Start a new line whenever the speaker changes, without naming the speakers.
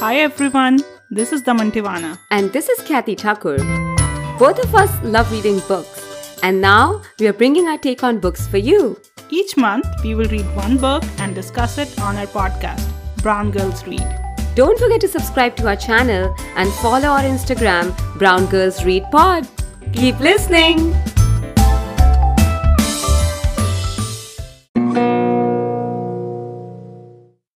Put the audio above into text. Hi everyone, this is Daman Tiwana.
And this is Kathy Thakur. Both of us love reading books, and now we are bringing our take on books for you.
Each month, we will read one book and discuss it on our podcast, Brown Girls Read.
Don't forget to subscribe to our channel and follow our Instagram, Brown Girls Read Pod. Keep listening!